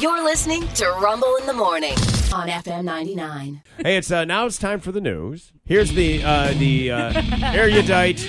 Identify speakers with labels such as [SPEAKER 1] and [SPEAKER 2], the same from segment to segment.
[SPEAKER 1] You're listening to Rumble in the Morning on FM 99.
[SPEAKER 2] Hey, it's uh, now it's time for the news. Here's the uh, the uh, erudite,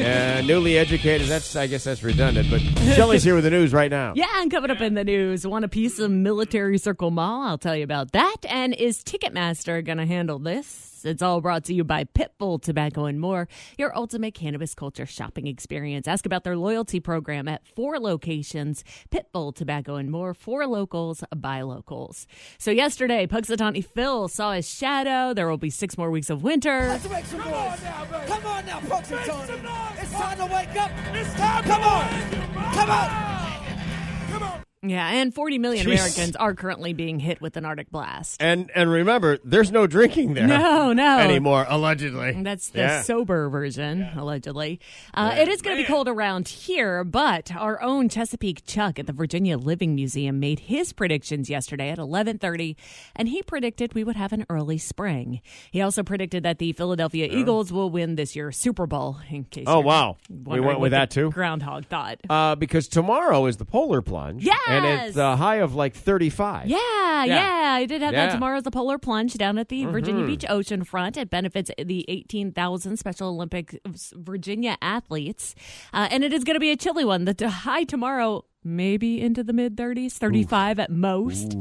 [SPEAKER 2] uh, newly educated. That's I guess that's redundant, but Shelly's here with the news right now.
[SPEAKER 3] Yeah, and coming up in the news, want a piece of Military Circle Mall? I'll tell you about that. And is Ticketmaster going to handle this? It's all brought to you by Pitbull Tobacco and More, your ultimate cannabis culture shopping experience. Ask about their loyalty program at four locations Pitbull Tobacco and More, for locals by locals. So, yesterday, Puxatawny Phil saw his shadow. There will be six more weeks of winter.
[SPEAKER 4] Let's make some
[SPEAKER 5] Come
[SPEAKER 4] noise.
[SPEAKER 5] on now, baby.
[SPEAKER 4] Come on now, folks and
[SPEAKER 5] Make
[SPEAKER 4] Tony.
[SPEAKER 5] some noise.
[SPEAKER 4] It's time to wake up.
[SPEAKER 5] It's time
[SPEAKER 4] Come
[SPEAKER 5] to
[SPEAKER 4] on.
[SPEAKER 5] wake
[SPEAKER 4] Come on.
[SPEAKER 5] up. Come on.
[SPEAKER 3] Yeah, and 40 million
[SPEAKER 2] Jeez.
[SPEAKER 3] Americans are currently being hit with an Arctic blast.
[SPEAKER 2] And and remember, there's no drinking there.
[SPEAKER 3] No, no.
[SPEAKER 2] anymore. Allegedly,
[SPEAKER 3] That's the
[SPEAKER 2] Yeah.
[SPEAKER 3] sober version, allegedly. Uh, it is going to be cold around here, but our own Chesapeake Chuck at the Virginia Living Museum made his predictions yesterday at 11:30, and he predicted we would have an early spring. He also predicted that the Philadelphia Eagles will win this year's Super Bowl. In case,
[SPEAKER 2] Oh,
[SPEAKER 3] you're
[SPEAKER 2] wow. We
[SPEAKER 3] wondering
[SPEAKER 2] went with
[SPEAKER 3] what
[SPEAKER 2] that,
[SPEAKER 3] the
[SPEAKER 2] too?
[SPEAKER 3] Groundhog thought.
[SPEAKER 2] uh, because tomorrow is the polar plunge. and it's
[SPEAKER 3] Yes!
[SPEAKER 2] a high of like 35.
[SPEAKER 3] Yeah, yeah, I did have
[SPEAKER 2] Yeah. Mm-hmm.
[SPEAKER 3] that tomorrow as the polar plunge down at the Virginia Beach Ocean Front. It benefits the 18,000 Special Olympic Virginia athletes. Uh, and it is going to be a chilly one. The t- high tomorrow, maybe into the mid 30s, 35 at most.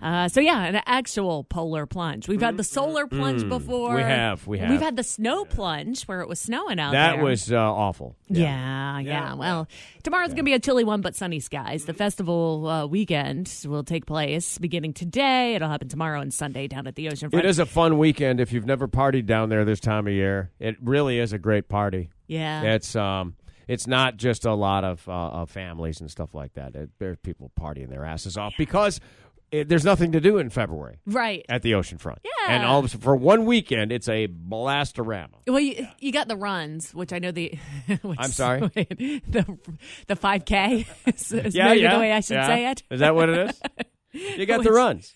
[SPEAKER 3] Uh, so, yeah, an actual polar plunge. We've had the solar plunge before.
[SPEAKER 2] Mm-hmm. We have, we have.
[SPEAKER 3] We've had the snow plunge where it was snowing out
[SPEAKER 2] that
[SPEAKER 3] there.
[SPEAKER 2] was uh, awful.
[SPEAKER 3] Yeah, yeah. Well, tomorrow's going to be a chilly one, but sunny skies. The festival uh, weekend will take place beginning today. It'll happen tomorrow and Sunday down at the oceanfront.
[SPEAKER 2] It is a fun weekend if you've never partied down there this time of year. It really is a great party.
[SPEAKER 3] Yeah.
[SPEAKER 2] It's um it's not just a lot of uh, of families and stuff like that. It, there's people partying their asses off because it, there's nothing to do in February
[SPEAKER 3] right.
[SPEAKER 2] at the ocean front.
[SPEAKER 3] Yeah.
[SPEAKER 2] And all of a sudden, for one weekend it's a blastorama.
[SPEAKER 3] Well, you, you got the runs, which I know the. which-
[SPEAKER 2] I'm sorry?
[SPEAKER 3] the the five k. is, is
[SPEAKER 2] Yeah,
[SPEAKER 3] maybe
[SPEAKER 2] yeah.
[SPEAKER 3] the way I should
[SPEAKER 2] yeah.
[SPEAKER 3] say it. Oh,
[SPEAKER 2] Is that what it is? You got the
[SPEAKER 3] Which-
[SPEAKER 2] runs.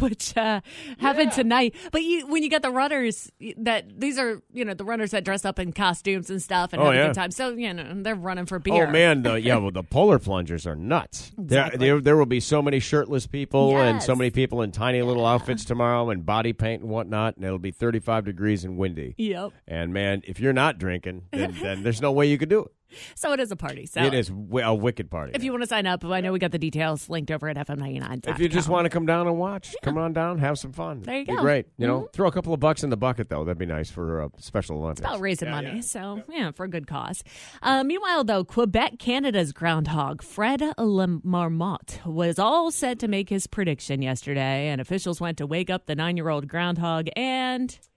[SPEAKER 3] which uh, happened tonight. But you, when you got the runners, y- that these are you know the runners that dress up in costumes and stuff and
[SPEAKER 2] Oh,
[SPEAKER 3] have a
[SPEAKER 2] yeah.
[SPEAKER 3] good time. So you know they're running for beer.
[SPEAKER 2] Oh man, the yeah, well the polar plungers are nuts.
[SPEAKER 3] Exactly.
[SPEAKER 2] There, there there will be so many shirtless people and so
[SPEAKER 3] Yes.
[SPEAKER 2] many people in tiny little outfits tomorrow and body paint and whatnot, and it'll be thirty five degrees and windy.
[SPEAKER 3] Yep.
[SPEAKER 2] And man, if you're not drinking, then, then there's no way you could do it.
[SPEAKER 3] So it is a party. So
[SPEAKER 2] It is wi- a wicked party.
[SPEAKER 3] If you want to sign up, I know we got the details linked over at FM99.
[SPEAKER 2] If you just want to come down and watch, come on down, have some fun.
[SPEAKER 3] There
[SPEAKER 2] Be
[SPEAKER 3] you go. Mm-hmm.
[SPEAKER 2] great. You know, throw a couple of bucks in the bucket though. That'd be nice for uh, Special Olympics.
[SPEAKER 3] About raising money, so yeah, for a good cause. Uh, meanwhile, though, Quebec, Canada's groundhog Fred Lamarmont was all set to make his prediction yesterday, and officials went to wake up the nine-year-old groundhog, and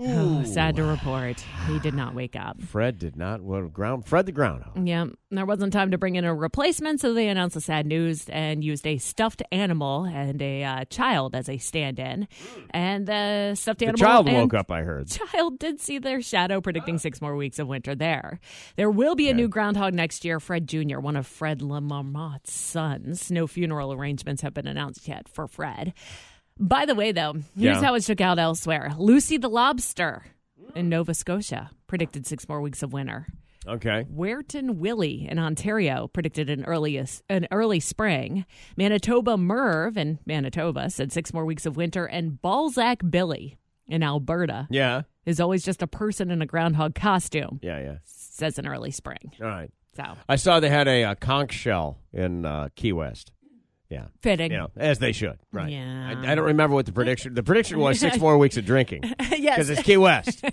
[SPEAKER 3] Oh, sad to report, he did not wake up.
[SPEAKER 2] Fred did not. Well, ground Fred the groundhog.
[SPEAKER 3] Yeah, there wasn't time to bring in a replacement, so they announced the sad news and used a stuffed animal and a uh, child as a stand-in. And the stuffed
[SPEAKER 2] The
[SPEAKER 3] animal
[SPEAKER 2] child
[SPEAKER 3] and
[SPEAKER 2] woke up. I heard.
[SPEAKER 3] Child did see their shadow, predicting six more weeks of winter there. There will be a new groundhog next year. Fred Jr., one of Fred Lamarmotte's sons. No funeral arrangements have been announced yet for Fred. By the way, though, here's
[SPEAKER 2] Yeah.
[SPEAKER 3] how it shook out elsewhere. Lucy the lobster in Nova Scotia predicted six more weeks of winter.
[SPEAKER 2] Okay.
[SPEAKER 3] Weirton Willie in Ontario predicted an early, an early spring. Manitoba Merv in Manitoba said six more weeks of winter. And Balzac Billy in Alberta
[SPEAKER 2] Yeah.
[SPEAKER 3] is always just a person in a groundhog costume,
[SPEAKER 2] Yeah. Yeah.
[SPEAKER 3] says an early spring.
[SPEAKER 2] All right.
[SPEAKER 3] So
[SPEAKER 2] I saw they had a, uh conch shell in uh, Key West. Yeah.
[SPEAKER 3] fitting.
[SPEAKER 2] You know, as they should. Right.
[SPEAKER 3] Yeah.
[SPEAKER 2] I, I don't remember what the prediction. The prediction was six more weeks of drinking because
[SPEAKER 3] yes,
[SPEAKER 2] it's Key West.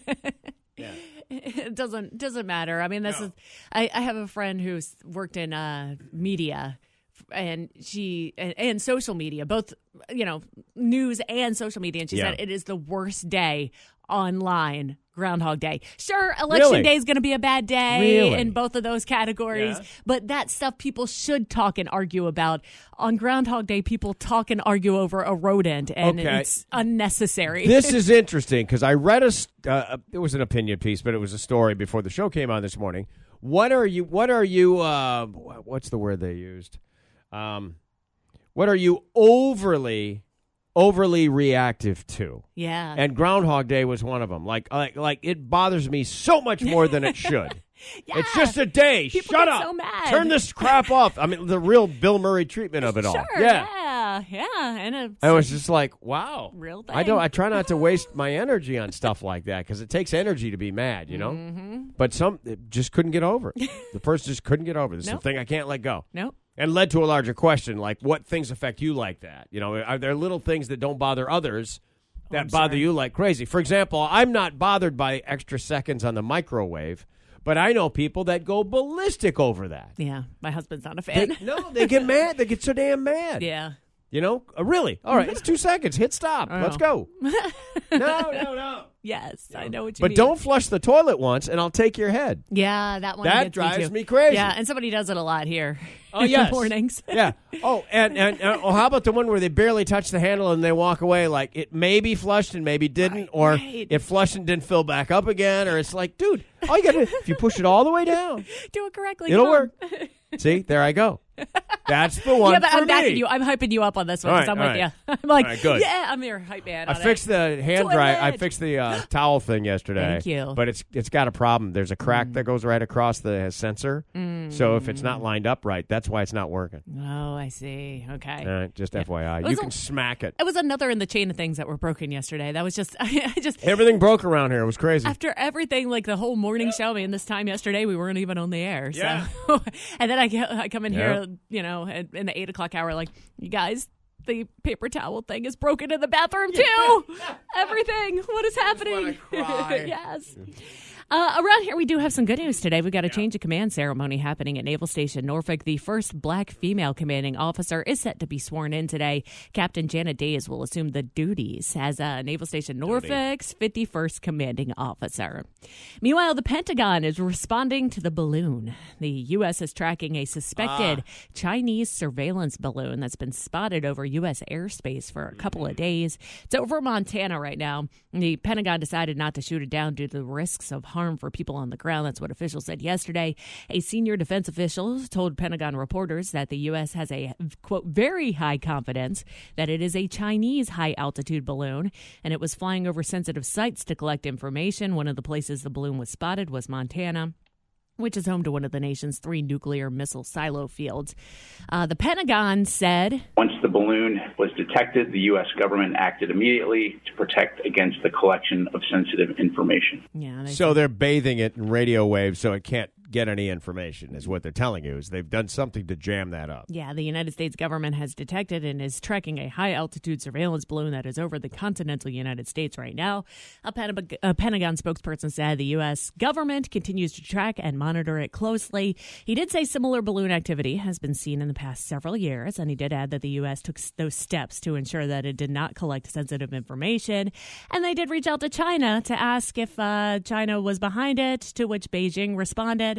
[SPEAKER 3] it doesn't doesn't matter. I mean, this is. I, I have a friend who's worked in uh, media, and she and, and social media, both you know, news and social media, and she
[SPEAKER 2] Yeah.
[SPEAKER 3] said it is the worst day online. Groundhog Day. Sure, election
[SPEAKER 2] Really?
[SPEAKER 3] day is going to be a bad day
[SPEAKER 2] Really?
[SPEAKER 3] in both of those categories,
[SPEAKER 2] Yeah.
[SPEAKER 3] but that stuff people should talk and argue about. On Groundhog Day, people talk and argue over a rodent, and
[SPEAKER 2] Okay.
[SPEAKER 3] it's unnecessary.
[SPEAKER 2] this is interesting because I read a. s- Uh, a- it was an opinion piece, but it was a story before the show came on this morning. What are you? What are you? Uh, wh- what's the word they used? Um, what are you overly, overly reactive to?
[SPEAKER 3] yeah.
[SPEAKER 2] And Groundhog Day was one of them. Like, like, like it bothers me so much more than it should.
[SPEAKER 3] Yeah.
[SPEAKER 2] It's just a day.
[SPEAKER 3] People
[SPEAKER 2] Shut
[SPEAKER 3] get
[SPEAKER 2] up.
[SPEAKER 3] so mad.
[SPEAKER 2] Turn this crap off. I mean, the real Bill Murray treatment of it all.
[SPEAKER 3] Sure. Yeah. Yeah. And it's
[SPEAKER 2] I was just like, wow.
[SPEAKER 3] Real
[SPEAKER 2] I
[SPEAKER 3] thing.
[SPEAKER 2] don't. I try not to waste my energy on stuff like that because it takes energy to be mad, you know.
[SPEAKER 3] Mm-hmm.
[SPEAKER 2] But some it just couldn't get over. it. the person just couldn't get over. This is
[SPEAKER 3] Nope.
[SPEAKER 2] the thing I can't let go.
[SPEAKER 3] nope.
[SPEAKER 2] And led to a larger question, like what things affect you like that? You know, are there little things that don't bother others
[SPEAKER 3] Oh,
[SPEAKER 2] that bother you like crazy? For example, I'm not bothered by extra seconds on the microwave, but I know people that go ballistic over that.
[SPEAKER 3] Yeah. My husband's not a
[SPEAKER 2] They-
[SPEAKER 3] fan.
[SPEAKER 2] no, they get mad. They get so damn mad.
[SPEAKER 3] yeah.
[SPEAKER 2] You know, uh, really? All right, it's two seconds. Hit stop. Let's go. no, no, no.
[SPEAKER 3] Yes. I know what you
[SPEAKER 2] But
[SPEAKER 3] mean.
[SPEAKER 2] don't flush the toilet once, and I'll take your head.
[SPEAKER 3] Yeah, that one
[SPEAKER 2] That
[SPEAKER 3] gets
[SPEAKER 2] drives
[SPEAKER 3] too.
[SPEAKER 2] me crazy.
[SPEAKER 3] Yeah, and somebody does it a lot here.
[SPEAKER 2] Oh
[SPEAKER 3] in the
[SPEAKER 2] yes,
[SPEAKER 3] mornings.
[SPEAKER 2] yeah. Oh, and and uh, oh, how about the one where they barely touch the handle and they walk away? Like it maybe flushed and maybe didn't, or
[SPEAKER 3] right.
[SPEAKER 2] it flushed and didn't fill back up again, or it's like, dude, all you got to do if you push it all the way down,
[SPEAKER 3] Do it correctly.
[SPEAKER 2] it'll
[SPEAKER 3] come on.
[SPEAKER 2] work. See, there I go. That's the one
[SPEAKER 3] um, Yeah, but
[SPEAKER 2] for
[SPEAKER 3] I'm backing
[SPEAKER 2] me.
[SPEAKER 3] you. I'm hyping you up on this one
[SPEAKER 2] All
[SPEAKER 3] because
[SPEAKER 2] right,
[SPEAKER 3] I'm with
[SPEAKER 2] all
[SPEAKER 3] you. I'm like,
[SPEAKER 2] All right, good.
[SPEAKER 3] yeah, I'm your hype man.
[SPEAKER 2] I
[SPEAKER 3] on it.
[SPEAKER 2] fixed the hand dryer. I
[SPEAKER 3] Toilet.
[SPEAKER 2] fixed the uh, towel thing yesterday.
[SPEAKER 3] Thank you. Mm.
[SPEAKER 2] But it's it's got a problem. There's a crack that goes right across the sensor. So if it's not lined up right, that's why it's not working.
[SPEAKER 3] Oh, I see. Okay.
[SPEAKER 2] All right, just FYI,
[SPEAKER 3] was
[SPEAKER 2] you
[SPEAKER 3] a-
[SPEAKER 2] can smack it.
[SPEAKER 3] It was another in the chain of things that were broken yesterday. That was just, I just
[SPEAKER 2] Everything broke around here. It was crazy.
[SPEAKER 3] after everything, like the whole morning show. I mean, this time yesterday we weren't even on the air. So,
[SPEAKER 2] Yeah.
[SPEAKER 3] and then I, get, I come in
[SPEAKER 2] Yeah.
[SPEAKER 3] here, you know, at, in the eight o'clock hour, like you guys. The paper towel thing is broken in the bathroom too. Everything. What is happening?
[SPEAKER 2] cry.
[SPEAKER 3] yes. Uh, around here, we do have some good news today. We've got a change of command ceremony happening at Naval Station Norfolk. The first black female commanding officer is set to be sworn in today. Captain Janet Days will assume the duties as uh, Naval Station Norfolk's 51st commanding officer. Meanwhile, the Pentagon is responding to the balloon. The U.S. is tracking a suspected Chinese surveillance balloon that's been spotted over U.S. airspace for a couple of days. It's over Montana right now. The Pentagon decided not to shoot it down due to the risks of harm for people on the ground. That's what officials said yesterday. A senior defense official told Pentagon reporters that the U.S. has a, quote, very high confidence that it is a Chinese high altitude balloon and it was flying over sensitive sites to collect information. One of the places the balloon was spotted was Montana which is home to one of the nation's three nuclear missile silo fields. Uh, the Pentagon said
[SPEAKER 4] Once the balloon was detected, the U.S. government acted immediately to protect against the collection of sensitive information.
[SPEAKER 3] Yeah, they
[SPEAKER 2] so they're bathing it in radio waves so it can't get any information is what they're telling you is they've done something to jam that up.
[SPEAKER 3] Yeah, the United States government has detected and is tracking a high altitude surveillance balloon that is over the continental United States right now. A, Pentag- a Pentagon spokesperson said the U.S. government continues to track and monitor it closely. He did say similar balloon activity has been seen in the past several years, and he did add that the U.S. took s- those steps to ensure that it did not collect sensitive information. And they did reach out to China to ask if uh, China was behind it, to which Beijing responded.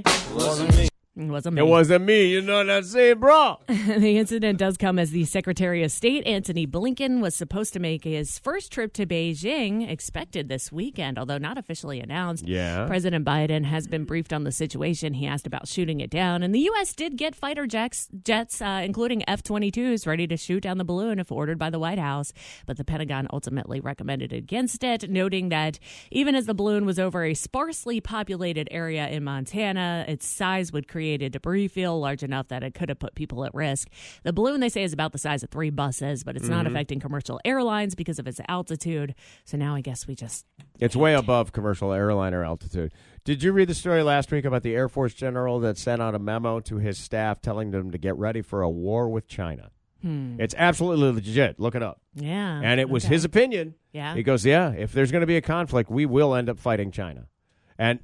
[SPEAKER 3] It wasn't me.
[SPEAKER 2] It wasn't me, you know what I'm saying, bro?
[SPEAKER 3] The incident does come as the Secretary of State, Antony Blinken, was supposed to make his first trip to Beijing, expected this weekend, although not officially announced.
[SPEAKER 2] Yeah.
[SPEAKER 3] President Biden has been briefed on the situation. He asked about shooting it down, and the U.S. did get fighter jets, jets uh, including F 22s, ready to shoot down the balloon if ordered by the White House. But the Pentagon ultimately recommended against it, noting that even as the balloon was over a sparsely populated area in Montana, its size would create a debris field large enough that it could have put people at risk. The balloon, they say, is about the size of three buses, but it's not
[SPEAKER 2] Mm-hmm.
[SPEAKER 3] affecting commercial airlines because of its altitude. So now I guess we just
[SPEAKER 2] It's way above commercial airliner altitude. Did you read the story last week about the Air Force general that sent out a memo to his staff telling them to get ready for a war with China?
[SPEAKER 3] Hmm.
[SPEAKER 2] It's absolutely legit. Look it up.
[SPEAKER 3] Yeah.
[SPEAKER 2] and it was
[SPEAKER 3] okay.
[SPEAKER 2] his opinion.
[SPEAKER 3] Yeah.
[SPEAKER 2] He goes, Yeah, if there's going to be a conflict, we will end up fighting China. And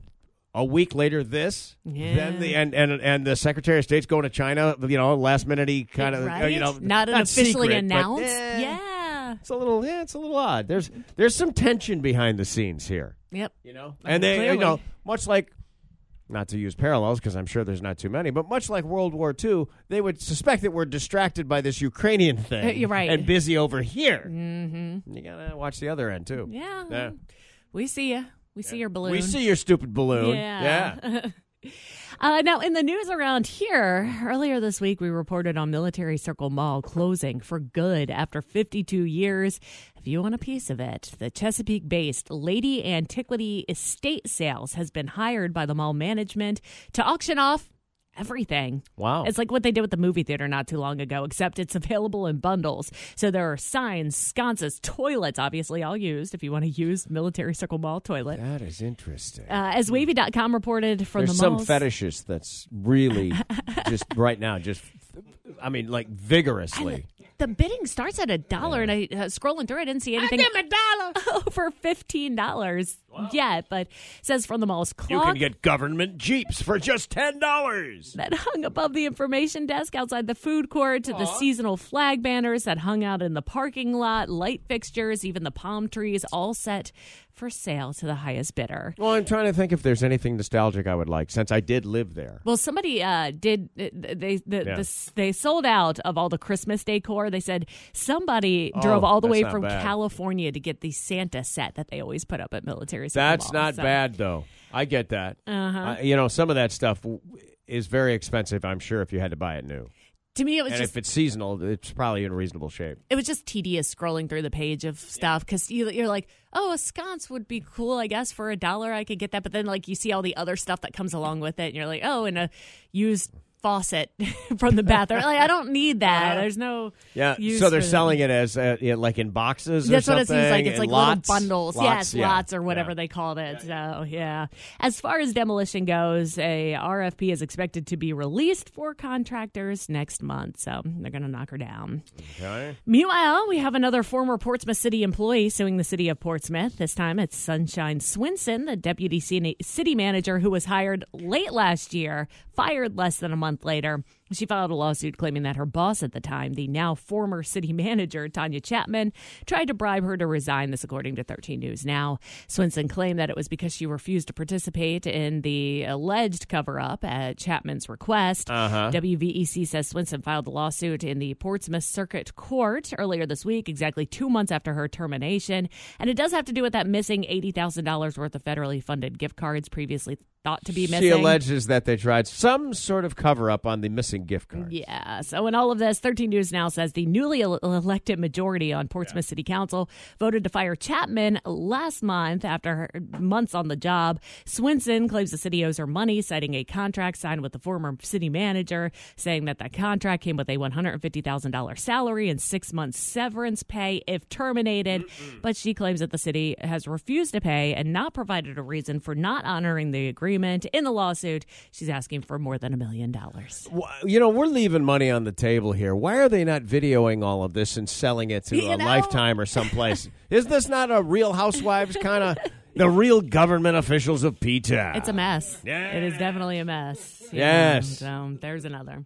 [SPEAKER 2] a week later, this,
[SPEAKER 3] Yeah.
[SPEAKER 2] then the and, and and the Secretary of State's going to China. You know, last minute he kind of
[SPEAKER 3] Right?
[SPEAKER 2] you know
[SPEAKER 3] not an officially
[SPEAKER 2] secret, but,
[SPEAKER 3] announced.
[SPEAKER 2] eh,
[SPEAKER 3] yeah.
[SPEAKER 2] it's a little yeah, it's a little odd. There's there's some tension behind the scenes here,
[SPEAKER 3] Yep.
[SPEAKER 2] you know, and they you
[SPEAKER 3] clearly.
[SPEAKER 2] know much like. Not to use parallels because I'm sure there's not too many, but much like World War II, they would suspect that we're distracted by this Ukrainian thing
[SPEAKER 3] Uh, you're right.
[SPEAKER 2] and busy over here. Mm-hmm. You gotta watch the other end too.
[SPEAKER 3] Yeah.
[SPEAKER 2] Yeah.
[SPEAKER 3] We see you. We see your balloon.
[SPEAKER 2] We see your stupid balloon.
[SPEAKER 3] Yeah. Uh, now, in the news around here, earlier this week, we reported on Military Circle Mall closing for good after 52 years. If you want a piece of it, the Chesapeake based Lady Antiquity Estate Sales has been hired by the mall management to auction off everything.
[SPEAKER 2] Wow.
[SPEAKER 3] It's like what they did with the movie theater not too long ago, except it's available in bundles. So there are signs, sconces, toilets, obviously all used if you want to use Military Circle Mall toilet.
[SPEAKER 2] That is interesting.
[SPEAKER 3] Uh, as wavy.com reported from
[SPEAKER 2] There's
[SPEAKER 3] the
[SPEAKER 2] some
[SPEAKER 3] malls.
[SPEAKER 2] fetishes that's really just right now, just I mean, like vigorously.
[SPEAKER 3] The bidding starts at a dollar, and I uh, scrolling through, I didn't see anything. a dollar over fifteen dollars yet, but it says from the mall's clock.
[SPEAKER 2] You can get government jeeps for just ten dollars.
[SPEAKER 3] that hung above the information desk outside the food court to the seasonal flag banners that hung out in the parking lot, light fixtures, even the palm trees, all set for sale to the highest bidder.
[SPEAKER 2] Well, I'm trying to think if there's anything nostalgic I would like since I did live there.
[SPEAKER 3] Well, somebody uh, did. They the,
[SPEAKER 2] Yeah.
[SPEAKER 3] the, they sold out of all the Christmas decor. They said somebody
[SPEAKER 2] Oh,
[SPEAKER 3] drove all the
[SPEAKER 2] that's
[SPEAKER 3] way
[SPEAKER 2] not
[SPEAKER 3] from
[SPEAKER 2] bad.
[SPEAKER 3] California to get the Santa set that they always put up at military. Circle
[SPEAKER 2] That's
[SPEAKER 3] Mall,
[SPEAKER 2] not
[SPEAKER 3] so-
[SPEAKER 2] bad though. I get that. Uh-huh. you know, some of that stuff w- is very expensive. I'm sure if you had to buy it new,
[SPEAKER 3] To me, it was
[SPEAKER 2] and
[SPEAKER 3] just
[SPEAKER 2] if it's seasonal, it's probably in reasonable shape.
[SPEAKER 3] it was just tedious scrolling through the page of stuff because you, you're like, oh, a sconce would be cool, I guess, for a dollar I could get that. But then like you see all the other stuff that comes along with it, and you're like, oh, and a used faucet from the bathroom. like I don't need that. There's no
[SPEAKER 2] Uh, Yeah,
[SPEAKER 3] Use
[SPEAKER 2] so they're
[SPEAKER 3] for them.
[SPEAKER 2] selling it as uh, yeah, like in boxes.
[SPEAKER 3] That's
[SPEAKER 2] or
[SPEAKER 3] what it seems like.
[SPEAKER 2] something,
[SPEAKER 3] It's
[SPEAKER 2] and
[SPEAKER 3] like
[SPEAKER 2] lots,
[SPEAKER 3] little bundles.
[SPEAKER 2] Lots,
[SPEAKER 3] yes,
[SPEAKER 2] yeah,
[SPEAKER 3] lots or whatever
[SPEAKER 2] yeah.
[SPEAKER 3] they called it. So, yeah. As far as demolition goes, a RFP is expected to be released for contractors next month. So, they're going to knock her down.
[SPEAKER 2] Okay.
[SPEAKER 3] Meanwhile, we have another former Portsmouth City employee suing the city of Portsmouth. This time it's Sunshine Swinson, the deputy city city manager who was hired late last year, fired less than a month later. She filed a lawsuit claiming that her boss at the time, the now former city manager, Tanya Chapman, tried to bribe her to resign. This, according to 13 News Now. Swinson claimed that it was because she refused to participate in the alleged cover up at Chapman's request. WVEC says Swinson filed the lawsuit in the Portsmouth Circuit Court earlier this week, exactly two months after her termination. And it does have to do with that missing $80,000 worth of federally funded gift cards previously thought to be missing.
[SPEAKER 2] She alleges that they tried some sort of cover up on the missing gift card.
[SPEAKER 3] Yeah. So, in Oh, all of this, 13 News Now says the newly el- elected majority on Portsmouth City Council voted to fire Chapman last month after her months on the job. Swinson claims the city owes her money, citing a contract signed with the former city manager, saying that that contract came with a $150,000 salary and six months severance pay if terminated. But she claims that the city has refused to pay and not provided a reason for not honoring the agreement. In the lawsuit, she's asking for more than a million dollars.
[SPEAKER 2] Wh- You know, we're leaving money on the table here. Why are they not videoing all of this and selling it to
[SPEAKER 3] You
[SPEAKER 2] a
[SPEAKER 3] know?
[SPEAKER 2] lifetime or someplace? Is this not a real housewives kind of the real government officials of P Town?
[SPEAKER 3] It's a mess.
[SPEAKER 2] Yeah.
[SPEAKER 3] It is definitely a mess. you
[SPEAKER 2] Yes.
[SPEAKER 3] know, so there's another.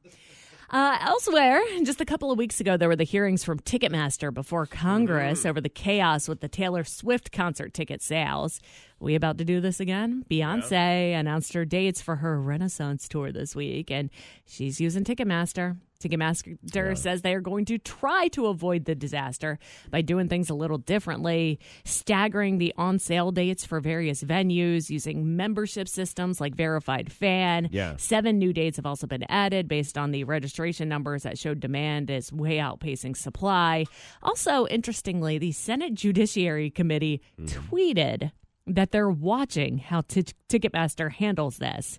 [SPEAKER 3] Uh, elsewhere, just a couple of weeks ago, there were the hearings from Ticketmaster before Congress over the chaos with the Taylor Swift concert ticket sales. We about to do this again? Beyonce announced her dates for her Renaissance tour this week, and she's using Ticketmaster. Ticketmaster says they are going to try to avoid the disaster by doing things a little differently, staggering the on sale dates for various venues, using membership systems like Verified Fan.
[SPEAKER 2] Yeah.
[SPEAKER 3] Seven new dates have also been added based on the registration numbers that showed demand is way outpacing supply. Also, interestingly, the Senate Judiciary Committee
[SPEAKER 2] Hmm.
[SPEAKER 3] tweeted that they're watching how Ti- Ticketmaster handles this.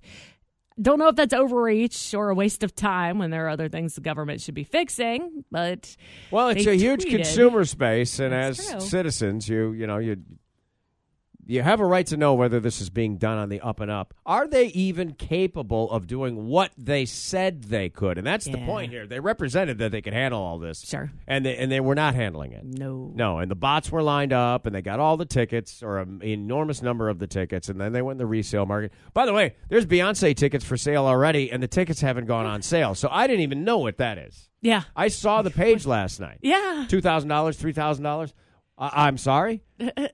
[SPEAKER 3] Don't know if that's overreach or a waste of time when there are other things the government should be fixing, but
[SPEAKER 2] Well, it's
[SPEAKER 3] They
[SPEAKER 2] a huge
[SPEAKER 3] tweeted.
[SPEAKER 2] consumer space, and
[SPEAKER 3] That's
[SPEAKER 2] as
[SPEAKER 3] true.
[SPEAKER 2] citizens, you you know you you have a right to know whether this is being done on the up and up. Are they even capable of doing what they said they could? And that's the
[SPEAKER 3] Yeah.
[SPEAKER 2] point here. They represented that they could handle all this,
[SPEAKER 3] Sure.
[SPEAKER 2] and they and they were not handling it.
[SPEAKER 3] no.
[SPEAKER 2] No, and the bots were lined up, and they got all the tickets, or an enormous number of the tickets, and then they went in the resale market. By the way, there's Beyonce tickets for sale already, and the tickets haven't gone on sale, so I didn't even know what that is.
[SPEAKER 3] Yeah.
[SPEAKER 2] I saw the page last night.
[SPEAKER 3] Yeah.
[SPEAKER 2] Two thousand dollars, three thousand dollars. I'm sorry,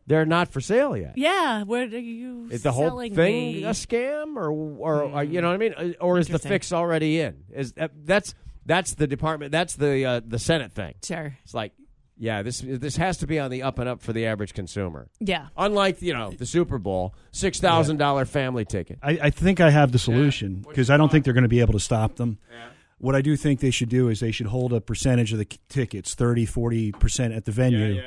[SPEAKER 2] they're not for sale yet.
[SPEAKER 3] Yeah. Where are you
[SPEAKER 2] Is the whole
[SPEAKER 3] selling
[SPEAKER 2] thing
[SPEAKER 3] me? Hmm.
[SPEAKER 2] a scam, or or, or you know what I mean, Uh, or is the
[SPEAKER 3] Interesting.
[SPEAKER 2] fix already in? Is that, that's that's uh, the department? That's the uh, the Senate thing.
[SPEAKER 3] Sure.
[SPEAKER 2] It's like Yeah, this this has to be on the up and up for the average consumer.
[SPEAKER 3] Yeah.
[SPEAKER 2] Unlike you know the Super Bowl, six thousand dollar family ticket.
[SPEAKER 6] I, I think I have the solution because I don't think they're going to be able to stop them. What I do think they should do is they should hold a percentage of the k- tickets, 30, 40% at the venue,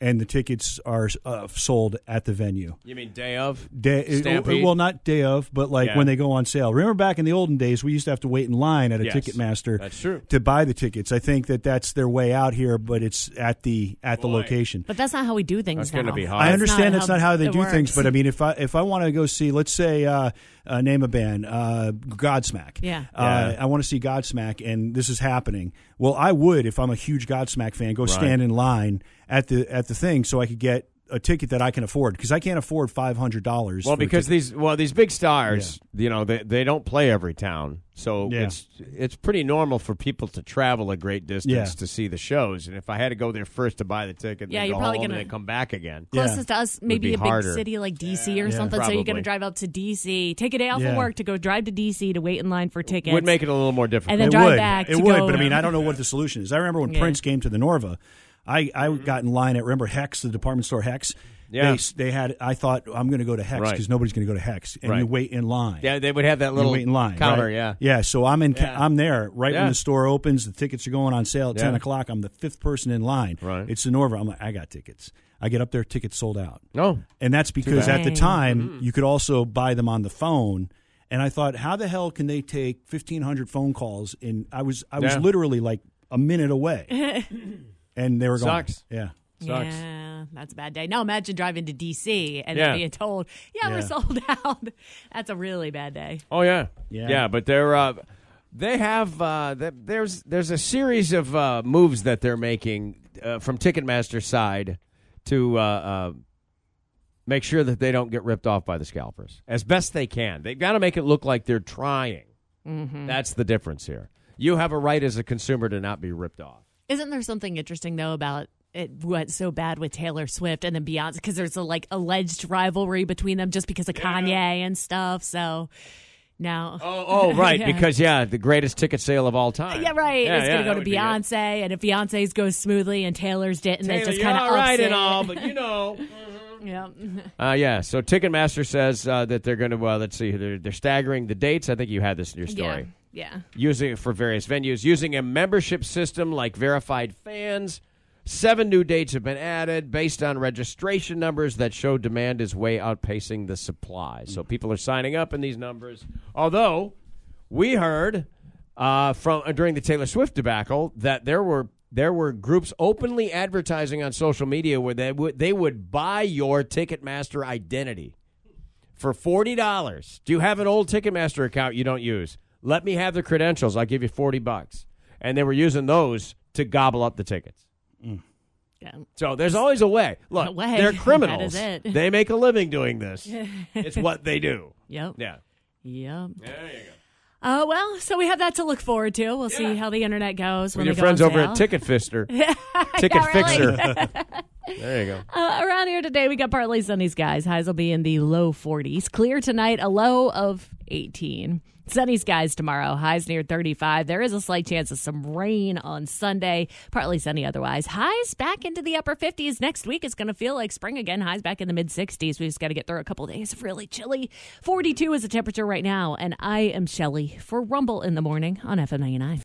[SPEAKER 6] and the tickets are uh, sold at the venue.
[SPEAKER 2] You mean day of?
[SPEAKER 6] Day,
[SPEAKER 2] Stampede?
[SPEAKER 6] well, not day of, but like
[SPEAKER 2] Yeah.
[SPEAKER 6] when they go on sale. Remember back in the olden days, we used to have to wait in line at a
[SPEAKER 2] Yes,
[SPEAKER 6] Ticketmaster
[SPEAKER 2] that's true.
[SPEAKER 6] to buy the tickets. I think that that's their way out here, but it's at the at the
[SPEAKER 2] Boy.
[SPEAKER 6] location.
[SPEAKER 3] But that's not how we do things.
[SPEAKER 2] That's gonna
[SPEAKER 3] now.
[SPEAKER 2] be hard.
[SPEAKER 6] I
[SPEAKER 2] That's
[SPEAKER 6] understand
[SPEAKER 3] not
[SPEAKER 6] that's
[SPEAKER 3] how
[SPEAKER 6] not how they
[SPEAKER 3] it
[SPEAKER 6] do things,
[SPEAKER 3] works.
[SPEAKER 6] but I mean, if I if I want to go see, let's say, uh, uh, name a band, uh, Godsmack.
[SPEAKER 3] Yeah.
[SPEAKER 6] Uh,
[SPEAKER 2] Yeah.
[SPEAKER 6] I want to see Godsmack, and this is happening. Well, I would if I'm a huge Godsmack fan, go stand in line at the at the thing so I could get a ticket that I can afford because I can't afford five hundred dollars.
[SPEAKER 2] Well, because these well these big stars, you know, they they don't play every town, so
[SPEAKER 6] Yeah.
[SPEAKER 2] it's it's pretty normal for people to travel a great distance
[SPEAKER 6] Yeah.
[SPEAKER 2] to see the shows. And if I had to go there first to buy the ticket,
[SPEAKER 3] Yeah,
[SPEAKER 2] then
[SPEAKER 3] you're
[SPEAKER 2] go
[SPEAKER 3] probably
[SPEAKER 2] home
[SPEAKER 3] gonna-
[SPEAKER 2] and then come back again.
[SPEAKER 6] Yeah.
[SPEAKER 3] Closest to us,
[SPEAKER 2] be
[SPEAKER 3] maybe a big
[SPEAKER 2] harder.
[SPEAKER 3] city like DC or something. So you're going
[SPEAKER 2] Probably.
[SPEAKER 3] to drive up to DC, take a day off
[SPEAKER 6] Yeah.
[SPEAKER 3] of work to go drive to DC to wait in line for tickets.
[SPEAKER 2] Would make it a little more difficult.
[SPEAKER 3] And then
[SPEAKER 6] it
[SPEAKER 3] drive
[SPEAKER 6] would.
[SPEAKER 3] back
[SPEAKER 6] It
[SPEAKER 3] to
[SPEAKER 6] would,
[SPEAKER 3] go-
[SPEAKER 6] but I mean, I don't know what the solution is. I remember when
[SPEAKER 3] Yeah.
[SPEAKER 6] Prince came to the Norva, I, I got in line at remember Hex, the department store Hex.
[SPEAKER 2] Mm-hmm. Yeah.
[SPEAKER 6] They, they had. I thought I'm going to go to Hex
[SPEAKER 2] Right.
[SPEAKER 6] because nobody's going to go to Hex, and you
[SPEAKER 2] Right.
[SPEAKER 6] wait in line.
[SPEAKER 2] yeah, they would have that
[SPEAKER 6] You
[SPEAKER 2] little
[SPEAKER 6] wait in line
[SPEAKER 2] counter.
[SPEAKER 6] right?
[SPEAKER 2] Yeah,
[SPEAKER 6] yeah. So I'm in, I'm there right
[SPEAKER 2] Yeah.
[SPEAKER 6] when the store opens. The tickets are going on sale at ten
[SPEAKER 2] Yeah.
[SPEAKER 6] o'clock. I'm the fifth person in line.
[SPEAKER 2] Right.
[SPEAKER 6] It's the Norva. I'm like, I got tickets. I get up there, tickets sold out.
[SPEAKER 2] no,
[SPEAKER 6] And that's because
[SPEAKER 2] bad.
[SPEAKER 6] at the
[SPEAKER 3] Dang.
[SPEAKER 6] time
[SPEAKER 2] Mm-hmm.
[SPEAKER 6] you could also buy them on the phone. And I thought, how the hell can they take fifteen hundred phone calls? And I was I was
[SPEAKER 2] Yeah.
[SPEAKER 6] literally like a minute away, and they were going.
[SPEAKER 2] Sucks.
[SPEAKER 6] Yeah.
[SPEAKER 2] Sucks.
[SPEAKER 3] Yeah, that's a bad day. Now imagine driving to DC and
[SPEAKER 2] Yeah.
[SPEAKER 3] then being told, yeah, we're
[SPEAKER 6] Yeah.
[SPEAKER 3] sold out. That's a really bad day.
[SPEAKER 2] Oh yeah,
[SPEAKER 6] Yeah.
[SPEAKER 2] But they're uh, they have uh, th- there's there's a series of uh, moves that they're making uh, from Ticketmaster side to uh, uh, make sure that they don't get ripped off by the scalpers as best they can. They've got to make it look like they're trying.
[SPEAKER 3] Mm-hmm.
[SPEAKER 2] That's the difference here. You have a right as a consumer to not be ripped off.
[SPEAKER 3] Isn't there something interesting though about it went so bad with Taylor Swift and then Beyonce because there's a like alleged rivalry between them just because of Kanye and stuff. So now,
[SPEAKER 2] Oh, oh right,
[SPEAKER 3] Yeah.
[SPEAKER 2] because yeah, the greatest ticket sale of all time.
[SPEAKER 3] yeah, right.
[SPEAKER 2] Yeah,
[SPEAKER 3] it's
[SPEAKER 2] yeah, that
[SPEAKER 3] gonna go
[SPEAKER 2] would
[SPEAKER 3] to
[SPEAKER 2] be it.
[SPEAKER 3] Beyonce, and if Beyonce's goes smoothly and Taylor's didn't,
[SPEAKER 2] Taylor,
[SPEAKER 3] it just
[SPEAKER 2] you're
[SPEAKER 3] kind of
[SPEAKER 2] all right and all, but you know.
[SPEAKER 3] yeah.
[SPEAKER 2] Uh, yeah. So Ticketmaster says uh, that they're going to. Uh, let's see. They're, they're staggering the dates. I think you had this in your story.
[SPEAKER 3] yeah, yeah.
[SPEAKER 2] Using it for various venues, using a membership system like verified fans. Seven new dates have been added based on registration numbers that show demand is way outpacing the supply. So people are signing up in these numbers. Although we heard uh, from uh, during the Taylor Swift debacle that there were there were groups openly advertising on social media where they would they would buy your Ticketmaster identity for forty dollars. Do you have an old Ticketmaster account you don't use? Let me have the credentials. I'll give you forty bucks. And they were using those to gobble up the tickets.
[SPEAKER 3] yeah.
[SPEAKER 2] So there's always a way. Look,
[SPEAKER 3] A way.
[SPEAKER 2] they're
[SPEAKER 3] That
[SPEAKER 2] criminals.
[SPEAKER 3] is it.
[SPEAKER 2] They make a living doing this. it's what they do.
[SPEAKER 3] Yep.
[SPEAKER 2] Yeah.
[SPEAKER 3] Yep. There you go. Oh well, so we have that to look forward to. We'll see how the internet goes when
[SPEAKER 2] With your
[SPEAKER 3] they go on
[SPEAKER 2] friends over
[SPEAKER 3] sale.
[SPEAKER 2] at Ticket Fister, Ticket
[SPEAKER 3] Yeah,
[SPEAKER 2] Fixer.
[SPEAKER 3] really.
[SPEAKER 2] there you go.
[SPEAKER 3] Uh, around here today, we got partly sunny skies. Highs will be in the low 40s. Clear tonight, a low of 18. Sunny skies tomorrow. Highs near 35. There is a slight chance of some rain on Sunday. Partly sunny otherwise. Highs back into the upper 50s. Next week, it's going to feel like spring again. Highs back in the mid 60s. We just got to get through a couple of days of really chilly. 42 is the temperature right now. And I am Shelly for Rumble in the Morning on FM 99.